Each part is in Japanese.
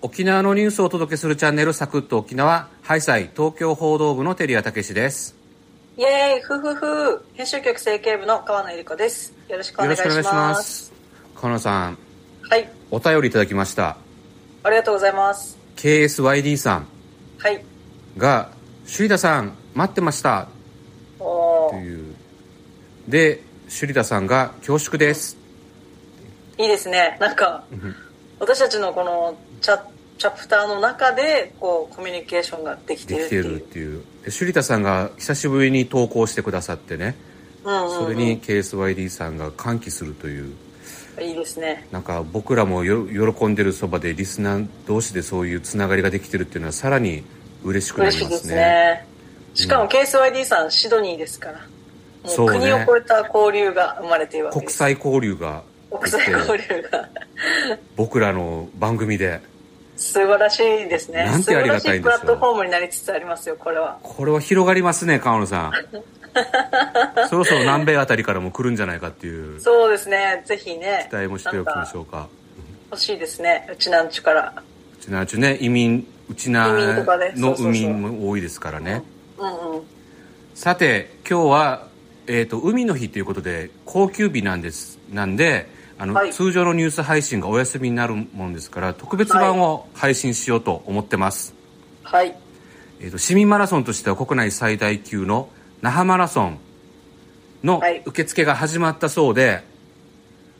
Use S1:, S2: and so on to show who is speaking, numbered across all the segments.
S1: 沖縄のニュースをお届けするチャンネルサクッと沖縄ハイサイ東京報道部のテリアたけしです
S2: イエーイふふふ編集局政経部の川野ゆり子ですよろしくお
S1: よ
S2: 願
S1: ろ
S2: い
S1: し
S2: し
S1: くお願
S2: ま
S1: い
S2: す
S1: します河野さん
S2: はい
S1: お便りいただきました
S2: ありがとうございます
S1: KSYD さん
S2: はい
S1: が「シュリダさん待ってました」
S2: お
S1: と
S2: お
S1: いうでシュリダさんが「恐縮です
S2: いいですねなんか私たちのこのチャチャプターの中でこうコミュニケーションができ」て
S1: で
S2: るっ
S1: き
S2: て
S1: て
S2: い
S1: るっ
S2: う
S1: ていうでシュリダさんが久しぶりに投稿してくださってね
S2: うんうんうん
S1: それに KSYD さんが歓喜するという
S2: いいですね
S1: なんか僕らもよ喜んでるそばでリスナー同士でそういうつながりができてるっていうのはさらに嬉しくな
S2: 嬉し
S1: り
S2: い
S1: ま
S2: ですす
S1: ね
S2: ねしかも KSYD さんシドニーですから
S1: そ
S2: も
S1: う
S2: う
S1: ね
S2: 国を超えた交流が生まれているわけ
S1: 国
S2: です
S1: 際交流が
S2: 国
S1: でき
S2: 際
S1: て
S2: 交流が
S1: 僕らの番組で
S2: 素晴らしいですね
S1: なんてありがたいんですよ
S2: 素晴らしいプラットフォームになりつつありますよこれは
S1: これは広がりますね河野 さんそろそろ南米あたりからも来るんじゃないかっていう期
S2: そうですねぜひね
S1: 待もしておきましょ
S2: う
S1: うか
S2: 欲しいですねうちなんちゅから
S1: うちなうちね移民うちな
S2: 移民とかねそ
S1: の
S2: うそう
S1: 移
S2: そう
S1: 民も多いですからね
S2: うんうん
S1: さて今日は、えー、と海の日ということで高級日なんですなんであの、
S2: はい
S1: 通常のニュース配信がお休みになるもんですから特別版を配信しようと思ってます、
S2: はい
S1: えー、と市民マラソンとしては国内最大級の那覇マラソンの
S2: はい
S1: 受付が始まったそう で、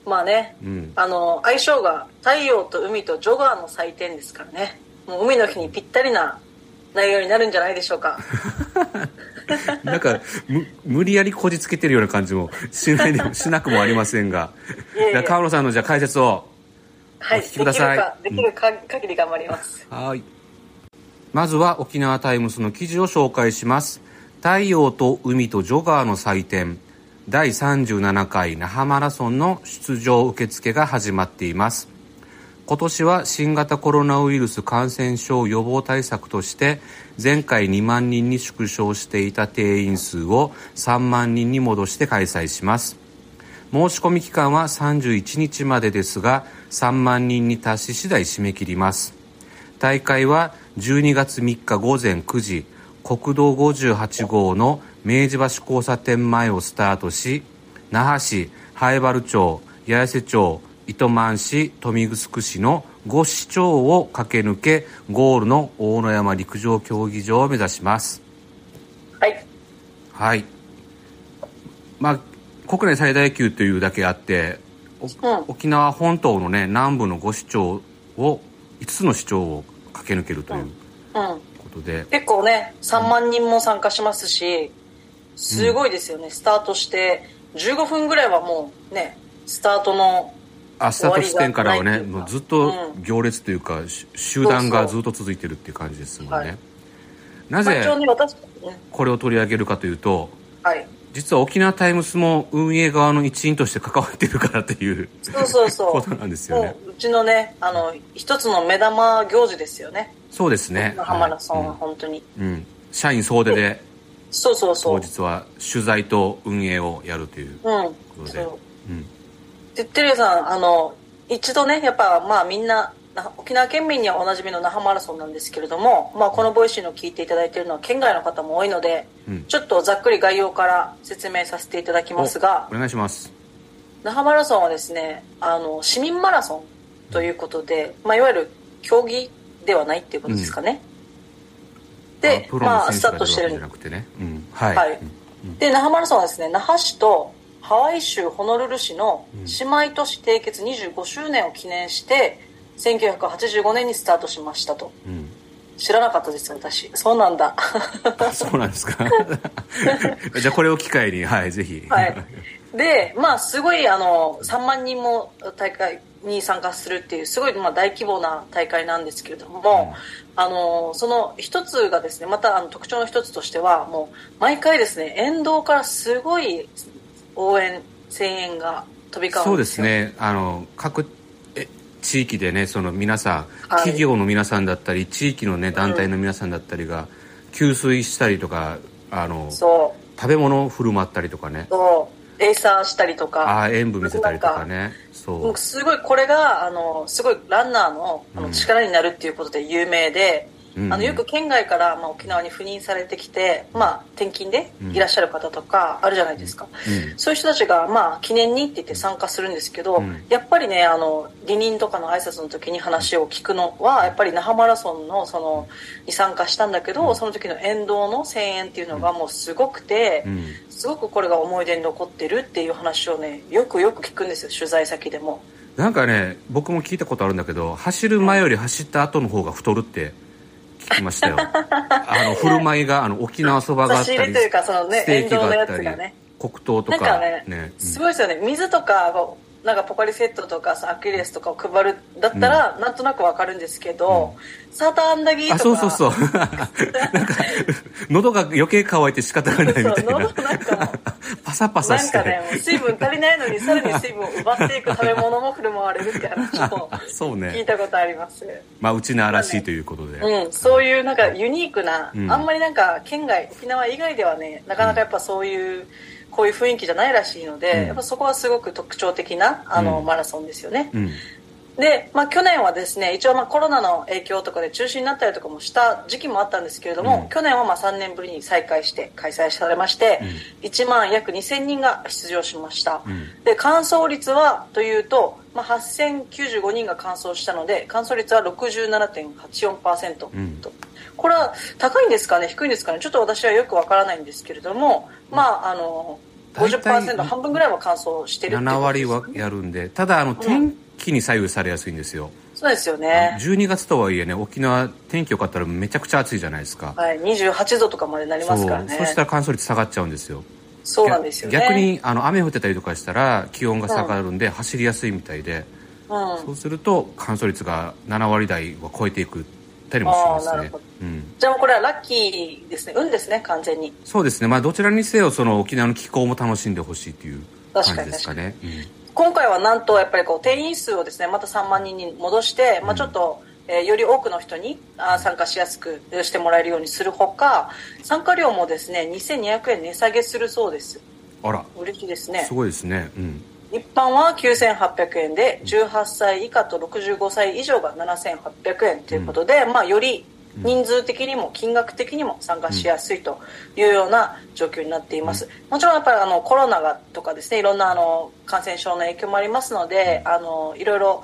S2: まあね、
S1: うん
S2: あの相性が太陽と海とジョガーの祭典ですからねもう海の日にぴったりな内容になるんじゃないでしょう か
S1: なんかむ無理やりこじつけてるような感じもしないでもしなくもありませんが
S2: いえいえ
S1: じゃあ川野さんのじゃあ解説を
S2: はい
S1: お聞きください
S2: できるかできるか限り頑張ります
S1: はい。まずは沖縄タイムスの記事を紹介します。太陽と海とジョガーの祭典第37回那覇マラソンの出場受付が始まっています。今年は新型コロナウイルス感染症予防対策として前回2万人に縮小していた定員数を3万人に戻して開催します。申し込み期間は31日までですが3万人に達し次第締め切ります大会は12月3日午前9時国道58号の明治橋交差点前をスタートし那覇市南原町八重瀬町糸満市豊見城市の5市町を駆け抜けゴールの大野山陸上競技場を目指します
S2: はい
S1: はいまあ国内最大級というだけあってお
S2: ん
S1: 沖縄本島のね南部の5市町を5つの市町を駆け抜けるという
S2: うん
S1: ことで、
S2: 結構ね3万人も参加しますしすごいですよね、スタートして15分ぐらいはもうねスタートの
S1: あスタート地点からは
S2: 終わ
S1: ね
S2: りがないというか
S1: もうずっと行列というか、し集団がずっと続いてるっていう感じですもんね、
S2: はい
S1: な
S2: まあ
S1: ぜ
S2: 一応ね私たちね
S1: これを取り上げるかというと
S2: はい
S1: 実は沖縄タイムスも運営側の一員として関わってるからという
S2: そうそうそう
S1: ことなんですよね
S2: もううちのねあの一つの目玉行事ですよね
S1: そうですね
S2: 那覇マラソンは
S1: は
S2: 本当に、
S1: いうんうん社員総出で
S2: そうそうそ
S1: 当
S2: う
S1: 日は取材と運営をやるという
S2: うん
S1: とで
S2: そう
S1: うん
S2: でテレさんあの一度ねやっぱまあみんなな沖縄県民にはおなじみの那覇マラソンなんですけれども、まあ、このボイシーの聞いていただいているのは県外の方も多いので、
S1: うん
S2: ちょっとざっくり概要から説明させていただきますが
S1: お願いします
S2: 那覇マラソンはですねあの市民マラソンということで、まあ、いわゆる競技ではないっていうことですかね、
S1: あ
S2: で、
S1: プロの
S2: まあ、
S1: 選手
S2: スタ
S1: が出
S2: ート
S1: る
S2: し
S1: わけ
S2: て
S1: じゃ
S2: る
S1: なくてね、うん、はい、
S2: はいで那覇マラソンはですね那覇市とハワイ州ホノルル市の姉妹都市締結25周年を記念して、1985年にスタートしましたと
S1: うん
S2: 知らなかったです私そうなんだ
S1: あそうなんです かじゃあこれを機会にはいぜひ、
S2: はいでまあすごいあの3万人も大会に参加するっていうすごい、まあ、大規模な大会なんですけれども、あのその一つがですねまたあの特徴の一つとしてはもう毎回ですね沿道からすごい応援声援が飛び交
S1: そううんで
S2: です
S1: す
S2: よ
S1: ねあの各え地域でねその皆さん、
S2: はい
S1: 企業の皆さんだったり地域のね団体の皆さんだったりが給水したりとかあの
S2: そう
S1: 食べ物を振る舞ったりとかね
S2: そうエイサーしたりとか
S1: ああ演舞見せたりとかねそ
S2: も
S1: う
S2: うすごいこれがあのすごいランナーのあ
S1: う
S2: の
S1: ん
S2: 力になるっていうことで有名で、
S1: うん
S2: あのよく県外から、まあ、沖縄に赴任されてきて、まあ、転勤で
S1: うん
S2: いらっしゃる方とかあるじゃないですか、
S1: うん
S2: そういう人たちが、まあ、記念にって言って参加するんですけど、
S1: うん
S2: やっぱりねあの離任とかの挨拶の時に話を聞くのはやっぱり那覇マラソンのそのに参加したんだけど、その時の沿道の声援っていうのがもうすごくて。
S1: うん
S2: すごくこれが思い出に残ってるっていう話をねよくよく聞くんですよ取材先でも
S1: なんかね僕も聞いたことあるんだけど走る前より走った後の方が太るって聞きま したよあの振る舞いがあの沖縄そばがあ
S2: 差
S1: っ
S2: し入
S1: た
S2: れ
S1: り
S2: というかそのね
S1: ステー
S2: 沿
S1: キ
S2: 道の
S1: があ
S2: や
S1: っ
S2: つ
S1: たり、
S2: がね
S1: 黒糖と
S2: なん
S1: か
S2: かね
S1: ねうん
S2: すごいですよね水とかこうなんかポカリセットとかさアキレスとかを配るだったら、なんとなくわかるんですけど、サーターアンダギーとか
S1: あそうそうそうなんか 喉が余計乾いて仕方がないみたい
S2: そう
S1: な
S2: 喉なんか
S1: パサパサ
S2: な
S1: し
S2: ん
S1: て、
S2: かねもう水分足りないのにさらに水分を奪っていく食べ物も振る舞われるって話を
S1: あそう
S2: 聞 い
S1: ね
S2: たことあります、
S1: まあうちの嵐ということで、
S2: うん、そういうなんかユニークな、
S1: うん
S2: あんまりなんか県外沖縄以外ではねなかなかやっぱそういうこういう雰囲気じゃないらしいので、
S1: うん
S2: やっぱそこはすごく特徴的なあの、
S1: うん
S2: マラソンですよね、
S1: うん
S2: で、まあ、去年はですね一応まあコロナの影響とかで中止になったりとかもした時期もあったんですけれども、
S1: うん
S2: 去年はまあ3年ぶりに再開して開催されまして、1万約2000人が出場しました、
S1: うん
S2: で完走率はというと、まあ、8095人が完走したので完走率は67.84%と、
S1: うん
S2: これは高いんですかね低いんですかねちょっと私はよくわからないんですけれども、まああの
S1: 大体
S2: 50%半分ぐらいは完走してるっていう
S1: 7
S2: ことで
S1: 割
S2: す
S1: はやるんでただあの天気に左右されやすいんですよ、
S2: そうですよね、
S1: 12月とはいえね沖縄天気良かったらめちゃくちゃ暑いじゃないですか、
S2: はい、28度とかまでなりますからね
S1: そうそしたら乾燥率下がっちゃうんですよ
S2: そうなんですよね
S1: 逆、にあの雨降ってたりとかしたら気温が下がるんで、走りやすいみたいで
S2: うん、
S1: そうすると乾燥率が7割台は超えていくったりもし
S2: あー
S1: ま
S2: な
S1: す
S2: る
S1: ね
S2: ほど、
S1: うん、
S2: じゃあもうこれはラッキーですね運ですね完全に
S1: そうですねまあどちらにせよその沖縄の気候も楽しんでほしいという感じですかね
S2: 今回はなんとやっぱりこう定員数をですねまた3万人に戻して、まあ、ちょっと、えーより多くの人にあー参加しやすくしてもらえるようにするほか参加料もですね2200円値下げするそうです
S1: うん、あら
S2: 嬉しいですね
S1: すごいですねうん
S2: 一般は9800円で18歳以下と65歳以上が7800円ということで、まあ、より人数的にも金額的にも参加しやすいというような状況になっています、もちろんやっぱりあのコロナがとかですねいろんなあの感染症の影響もありますのであのいろいろ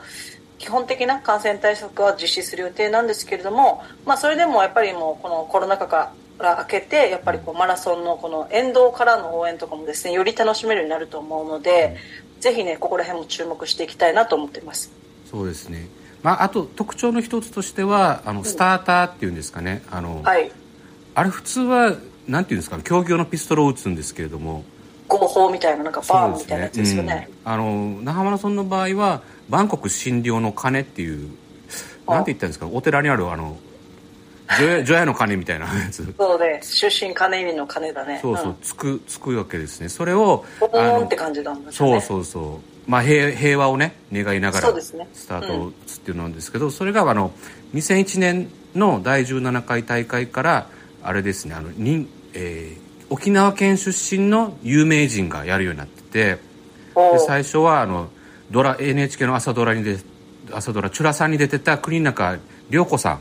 S2: 基本的な感染対策は実施する予定なんですけれども、まあ、それでもやっぱりもうこのコロナ禍から明けてやっぱりこうマラソンのこの沿道からの応援とかもですねより楽しめるようになると思うので、ぜひねここら辺も注目していきたいなと思っています。
S1: そうですねまあ、あと特徴の一つとしてはあのスターターっていうんですかねあの、
S2: はい、
S1: あれ普通はなんていうんですかね競技用のピストルを打つんですけれども
S2: 合法みたいななんかバーンみたいなやつですよね。
S1: うん、あの那覇マラソンの場合はバンコク診療の鐘っていう
S2: あ
S1: なんて言ったんですかお寺にあるあの除夜除夜の鐘みたいなやつ
S2: そうで出身金入りの金だね。
S1: そうそう、
S2: ん
S1: つくつくわけですねそれを
S2: ポコ
S1: あ
S2: ーン
S1: の
S2: って感じなんです
S1: そ
S2: よね。
S1: うそうそう、まあ、平平和をね願いながら
S2: そうですね
S1: スタートを打つっていうのなんですけど、それがあの2001年の第17回大会からあれですねあの、にえー沖縄県出身の有名人がやるようになってて
S2: お
S1: で
S2: う
S1: 最初はあのドラ NHK の朝ドラにで朝ドラ「チュラさん」に出てた国中涼子さ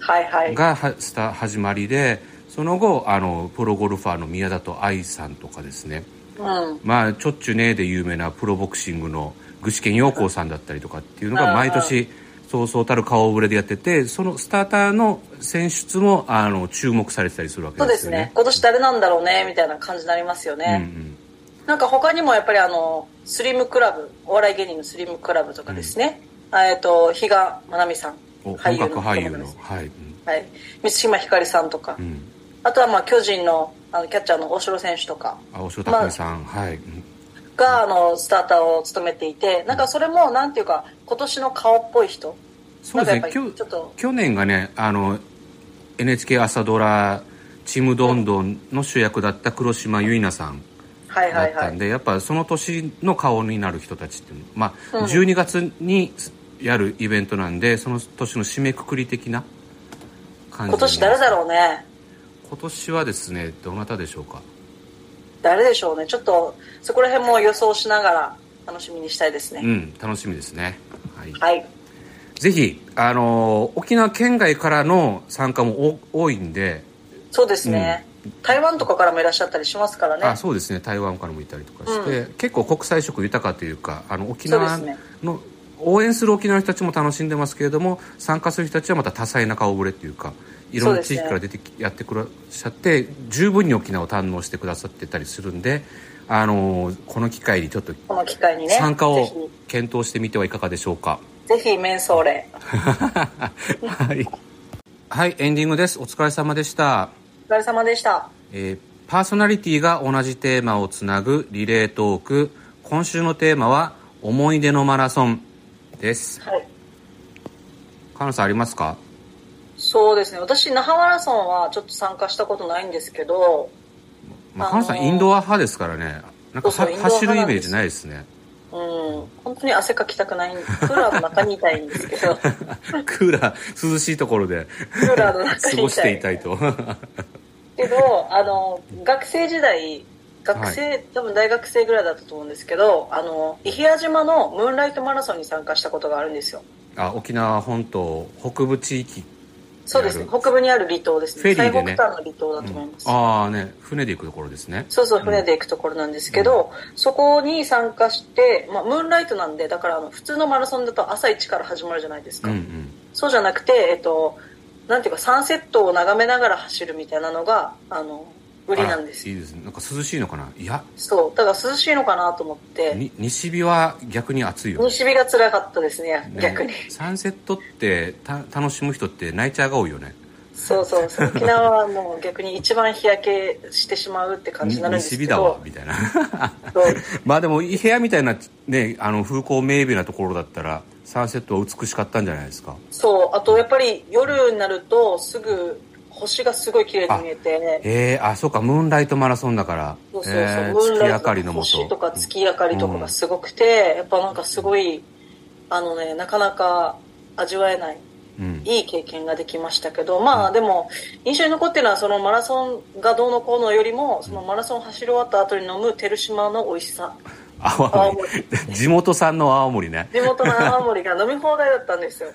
S2: はいは
S1: ん
S2: い。
S1: がはスタ始まりでその後あのプロゴルファーの宮里藍さんとかですね
S2: うん。
S1: まあ、ちょっちゅねえで有名なプロボクシングの具志堅陽光さんだったりとかっていうのが毎年そうそうたる顔ぶれでやっててそのスターターの選出もあの注目されてたりするわけ
S2: そう
S1: で
S2: ですす
S1: よ
S2: ね
S1: ね。。
S2: 今年誰なんだろうねみたいな感じになりますよ
S1: うんう
S2: ね。
S1: ん
S2: なんか他にもやっぱりあのスリムクラブお笑い芸人のスリムクラブとかですね。えっと比嘉愛未さん
S1: お本格俳優の
S2: ですね
S1: はい、
S2: はい。満島ひかりさんとか
S1: うんう、ん、
S2: あとはまあ巨人のあのキャッチャーの大城選手とか。
S1: 青城拓也さん、はい、うん
S2: があのスターターを務めていてなんかそれもなんていうか今年の顔っぽい人
S1: そうです
S2: な
S1: ね
S2: んか
S1: き
S2: やっぱ
S1: ょ
S2: りちょっと
S1: 去年がねあの NHK 朝ドラ「ちむどんどん」の主役だった黒島結菜さん
S2: はい
S1: だ
S2: は
S1: っ
S2: いは
S1: たん
S2: い
S1: で、やっぱその年の顔になる人たちっていうの、まあ
S2: うん
S1: 12月にやるイベントなんでその年の締めくくり的な感じ
S2: 今年誰だろうね
S1: 今年はですねどなたでしょうか
S2: 誰でしょうねちょっとそこら辺も予想しながら楽しみにしたいですね、
S1: うん、楽しみですね。はい。
S2: はい
S1: ぜひ、あのー沖縄県外からの参加もお多いんで、
S2: そうですね、台湾とかからもいらっしゃったりしますからね
S1: あそうですね台湾からもいたりとかして、結構国際色豊かというかあの沖縄
S2: そ
S1: の、
S2: うですね
S1: 応援する沖縄の人たちも楽しんでますけれども参加する人たちはまた多彩な顔ぶれというかいろんな地域から出てき、やってくらっしゃって十分に沖縄を堪能してくださってたりするんで、あのーこの機会にちょっと
S2: この機会にね
S1: 参加を検討してみてはいかがでしょうか。
S2: ぜひぜひメンソーレ
S1: はい、はい、エンディングですお疲れ様でした。
S2: お疲れ様でした
S1: えーパーソナリティが同じテーマをつなぐリレートーク今週のテーマは「思い出のマラソン」です
S2: はい
S1: カナさんありますか
S2: そうですね私那覇マラソンはちょっと参加したことないんですけど
S1: まあ、
S2: あ
S1: カ
S2: の
S1: ナ
S2: ー
S1: さんインドア派ですからねなんかは
S2: そうそうインドア
S1: 走るイメー
S2: 派なんです
S1: ジないですね
S2: うん本当に汗かきたくないクーラーの中にいたいんです けどク
S1: クーラー涼しいとこ ろで
S2: ーラーの中
S1: 過
S2: にい
S1: ごしたて
S2: い
S1: いたいと
S2: けどあの学生時代学生、多分大学生ぐらいだったと思うんですけどあの伊平屋島のムーンライトマラソンに参加したことがあるんですよ
S1: あ沖縄本島北部地域
S2: そうですね
S1: なる
S2: 北部にある離島です
S1: フェ
S2: ね
S1: リーでね
S2: 最北端の離島だと思います、
S1: ああね船で行くところですね
S2: そうそう船で行くところなんですけど、そこに参加して、まあ、ムーンライトなんでだからあの普通のマラソンだと朝一から始まるじゃないです
S1: う
S2: か、
S1: んうん
S2: そうじゃなくて、えっと、なんていうかサンセットを眺めながら走るみたいなのがあの売りなんです
S1: あら
S2: よ
S1: いいですねなんか涼しいのかないや
S2: そうだから涼しいのかなと思って
S1: に西日は逆に暑いよね
S2: 西日が辛かったですね
S1: ね
S2: 逆に
S1: サンセットってた楽しむ人ってナイチャーが多いよね
S2: そうそ うそう沖縄はもう逆に一番日焼けしてしまうって感じになるんです
S1: 西
S2: け
S1: 日だわ
S2: ど
S1: みたいな
S2: そう
S1: まあでも部屋みたいな、ね、あの風光明媚なところだったらサンセットは美しかったんじゃないですか
S2: そうあとやっぱり夜になるとすぐ星がすごい綺麗に見えて
S1: えー、あそうかムーンライトマラソンだから
S2: そうそうそう、
S1: えー
S2: ムーン
S1: 月明
S2: ライト
S1: かりのも
S2: 星と
S1: と
S2: か月明かりとかがすごくて、やっぱなんかすごいあのねなかなか味わえない
S1: うん
S2: いい経験ができましたけど、まあでも、印象に残ってるのは、そのマラソンがどうのこうのよりも、そのマラソン走り終わった後に飲む照島の美味しさ。
S1: 青
S2: 青
S1: 森地元産の青森ね
S2: 地元の青森が飲み放題だったんですよ。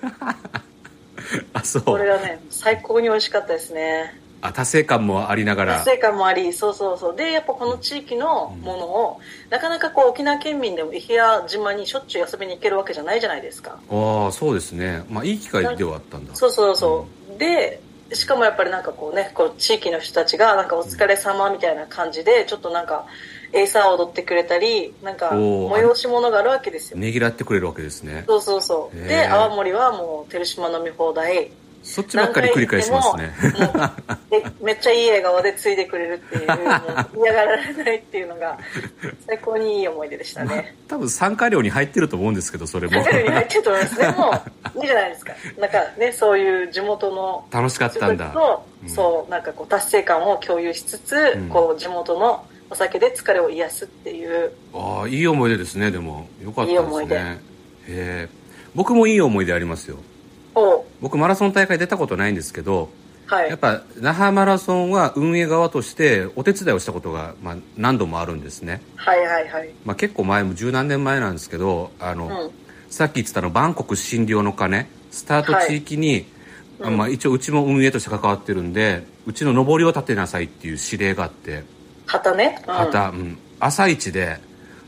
S1: あそ
S2: これ
S1: う
S2: がね、最高に美味しかったですね。
S1: あ達成感もありながら
S2: 達成感もあり、そうそうそう。で、やっぱこの地域のものを、なかなかこう沖縄県民でも伊平屋島にしょっちゅう遊びに行けるわけじゃないじゃないですか。
S1: ああそうですねまあいい機会ではあったんだ
S2: そうそうそう。で、しかもやっぱりなんかこうね、こう地域の人たちがなんかお疲れ様みたいな感じで、ちょっとなんか、エイサーを踊ってくれたり、なんか
S1: おー
S2: 催し物があるわけですよ。
S1: ねぎらってくれるわけですね
S2: そうそうそう。
S1: へー
S2: で、泡盛はもう、照島飲み放題。
S1: そっちばっかり繰り返しますね
S2: 何回行っても。もうでめっちゃいい笑顔でついでくれるっていう、もう嫌がられないっていう のが、最高にいい思い出でしたね。
S1: 多分参加料に入ってると思うんですけどそれ も
S2: ホテルに入ってると思います。でも、いいじゃないですか。なんかね、そういう地元の
S1: 楽しかったんだ
S2: と、
S1: うん
S2: そうなんかこう達成感を共有しつつ、
S1: うん
S2: こう地元のお酒で疲れを癒すっていう
S1: ああいい思い出ですねでもよかったで
S2: いい思
S1: す
S2: い出
S1: ねへえ僕もいい思い出ありますよ
S2: を
S1: 僕マラソン大会出たことないんですけど
S2: は
S1: やっ
S2: い
S1: ぱ那覇マラソンは運営側としてお手伝いをしたことが、まあ、何度もあるんですね、
S2: はいはいはい
S1: まあ、結構前も十何年前なんですけどあの、
S2: うん
S1: さっき言ってたのバンコク診療の鐘スタート地域に、
S2: はいうん
S1: まあ、一応うちも運営として関わってるんでうちの上りを立てなさいっていう指令があって
S2: 旗ね、うん、
S1: 旗、うん朝一で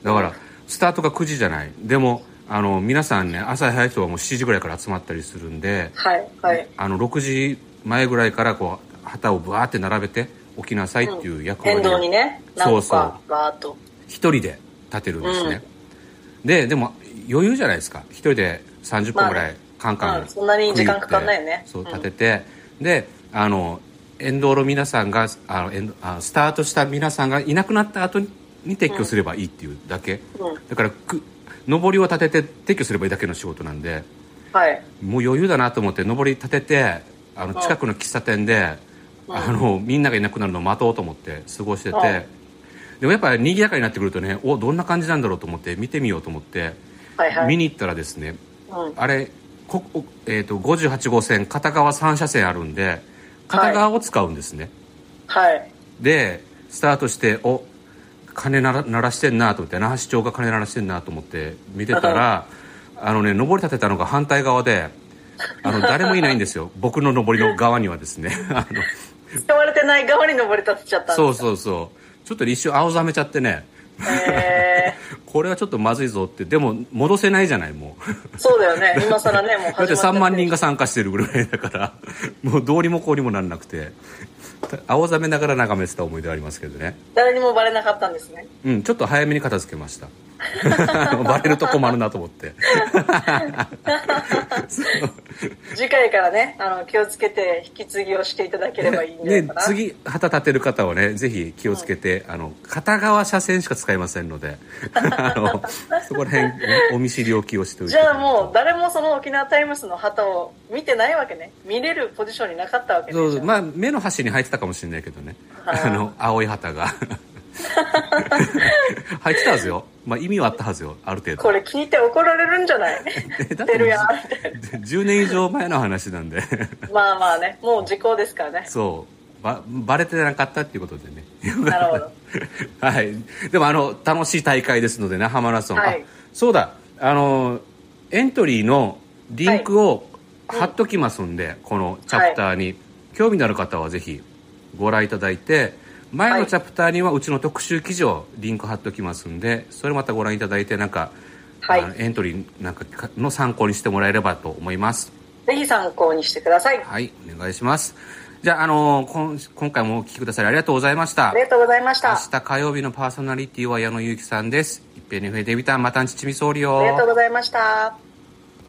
S1: だからスタートが9時じゃないでもあの皆さんね朝早い人はもう7時ぐらいから集まったりするんで
S2: はいはい
S1: あの6時前ぐらいからこう旗をバーって並べて置きなさいっていう役割
S2: 沿道
S1: を
S2: にね何
S1: そう
S2: 個
S1: そう
S2: かバーっと
S1: 一人で立てるんですね、ででも余裕じゃないですか一人で30分ぐらいカンカン、
S2: うんそんなに時間かかんないよね
S1: そう
S2: うん
S1: 立てて、であの沿道の皆さんがあの沿道あスタートした皆さんがいなくなった後に撤去すればいいっていうだけ、
S2: うん
S1: だからく上りを立てて撤去すればいいだけの仕事なんで
S2: はい
S1: もう余裕だなと思って上り立ててあの
S2: うん
S1: 近くの喫茶店で、
S2: うん
S1: あのみんながいなくなるのを待とうと思って過ごしてて、
S2: うん
S1: でもやっぱり賑やかになってくるとねおどんな感じなんだろうと思って見てみようと思って、
S2: はいは
S1: 見
S2: い
S1: に行ったらですね
S2: うん
S1: あれこおえー、と58号線片側3車線あるんで片側を使うんですね、
S2: はい
S1: でスタートしてお鐘鳴ら鳴らしてんなと思って那覇市長が鐘鳴らしてんなと思って見てたらあのね上り立てたのが反対側であの誰もいないんですよ僕の上りの側にはですね あの
S2: 使われてない側に登り立てちゃったんです
S1: そう
S2: う
S1: そうそうちょっと一瞬青ざめちゃってね
S2: え
S1: これはちょっとまずいぞってでも戻せないじゃないもう
S2: ー、そうだよ ね今更ねもう始ま
S1: だって3万人
S2: が
S1: が参加してるぐらいだからもうどうにもこうにもなんなくて青ざめながら眺めてた思い出はありますけどね
S2: 誰にもバレなかったんですね
S1: うんちょっと早めに片付けました バレると困るなと思って
S2: 次回からねあの気をつけて引き継ぎをしていただければいいんじゃない
S1: ね
S2: かな、
S1: 次旗立てる方はねぜひ気をつけて、あの片側車線しか使いませんので あのそこら辺お見知りおきをしておいて
S2: じゃあもう誰もその沖縄タイムスの旗を見てないわけね見れるポジションになかったわけね
S1: そう
S2: じゃあ
S1: まあ目の端に入ってたかもしれないけどね
S2: はい
S1: あの青い旗が 入ってたはずよ、まあ、意味はあったはずよある程度
S2: これ聞いて怒られるんじゃない
S1: え だ
S2: 出るやん
S1: 10年以上前の話なんで
S2: まあまあねもう時効ですからね
S1: そうばバレてなかったっていうことでね
S2: なるほど
S1: はいでもあの楽しい大会ですので那覇マラソン、
S2: はい
S1: あそうだあのエントリーのリンクを貼っときますんで、このチャプターに、興味のある方はぜひご覧いただいて前のチャプターにはうちの特集記事をリンク貼っときますんでそれまたご覧いただいてなんか、
S2: はい
S1: あのエントリーなんかかの参考にしてもらえればと思います
S2: ぜひ参考にしてください
S1: はい、お願いします。じゃあ、あのーこん今回もお聞きくださりありがとうございました
S2: あり。がとうございました
S1: 明日火曜日のパーソナリティは矢野ゆうきさんです。一平にふえでびたん、またんちちみそうり
S2: あ
S1: よ
S2: りがとうございました